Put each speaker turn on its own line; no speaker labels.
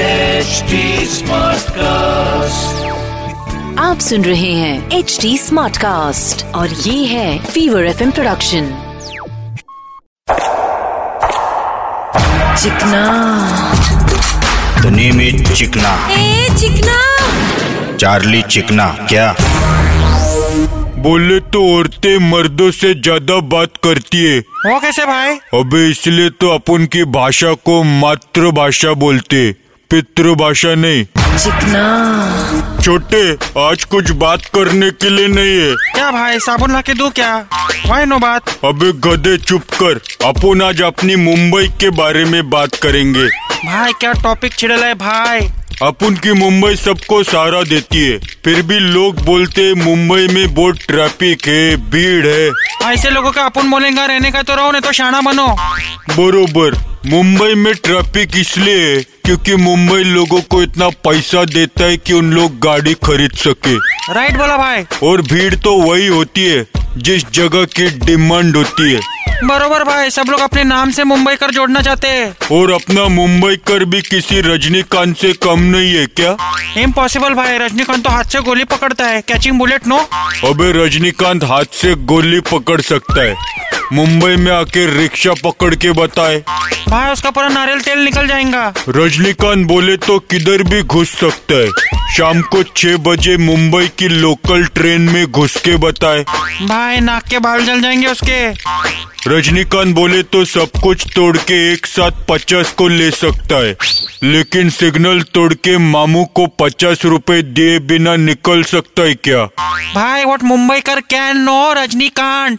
HD Smartcast.
आप सुन रहे हैं एच डी स्मार्ट कास्ट और ये है फीवर एफ प्रोडक्शन चिकना
The name is चिकना
ए चिकना
चार्ली चिकना क्या बोले तो औरतें मर्दों से ज्यादा बात करती है
वो कैसे भाई
अबे इसलिए तो अपन की भाषा को मातृभाषा बोलते पितृभाषा नहीं
चिकना
छोटे आज कुछ बात करने के लिए नहीं है
क्या भाई साबुन ला के दो क्या भाई नो बात
अबे गधे चुप कर अपन आज अपनी मुंबई के बारे में बात करेंगे
भाई क्या टॉपिक छिड़ल है भाई
अपन की मुंबई सबको सहारा देती है फिर भी लोग बोलते हैं, मुंबई में बहुत ट्रैफिक है भीड़ है
ऐसे लोगों का अपन बोलेगा रहने का तो रहो नहीं तो शाना बनो
बरोबर मुंबई में ट्रैफिक इसलिए है क्योंकि मुंबई लोगों को इतना पैसा देता है कि उन लोग गाड़ी खरीद सके
राइट बोला भाई
और भीड़ तो वही होती है जिस जगह की डिमांड होती है
बरोबर भाई सब लोग अपने नाम से मुंबई कर जोड़ना चाहते हैं
और अपना मुंबई कर भी किसी रजनीकांत से कम नहीं है क्या
इम्पॉसिबल भाई रजनीकांत तो हाथ से गोली पकड़ता है कैचिंग बुलेट नो
अबे रजनीकांत हाथ से गोली पकड़ सकता है मुंबई में आके रिक्शा पकड़ के बताए
भाई उसका पूरा नारियल तेल निकल जाएगा
रजनीकांत बोले तो किधर भी घुस सकता है शाम को छह बजे मुंबई की लोकल ट्रेन में घुस के बताए
भाई नाक के बाल जल जाएंगे उसके
रजनीकांत बोले तो सब कुछ तोड़ के एक साथ पचास को ले सकता है लेकिन सिग्नल तोड़ के मामू को पचास रुपए दिए बिना निकल सकता है क्या
भाई वॉट मुंबई कर कैन नो रजनीकांत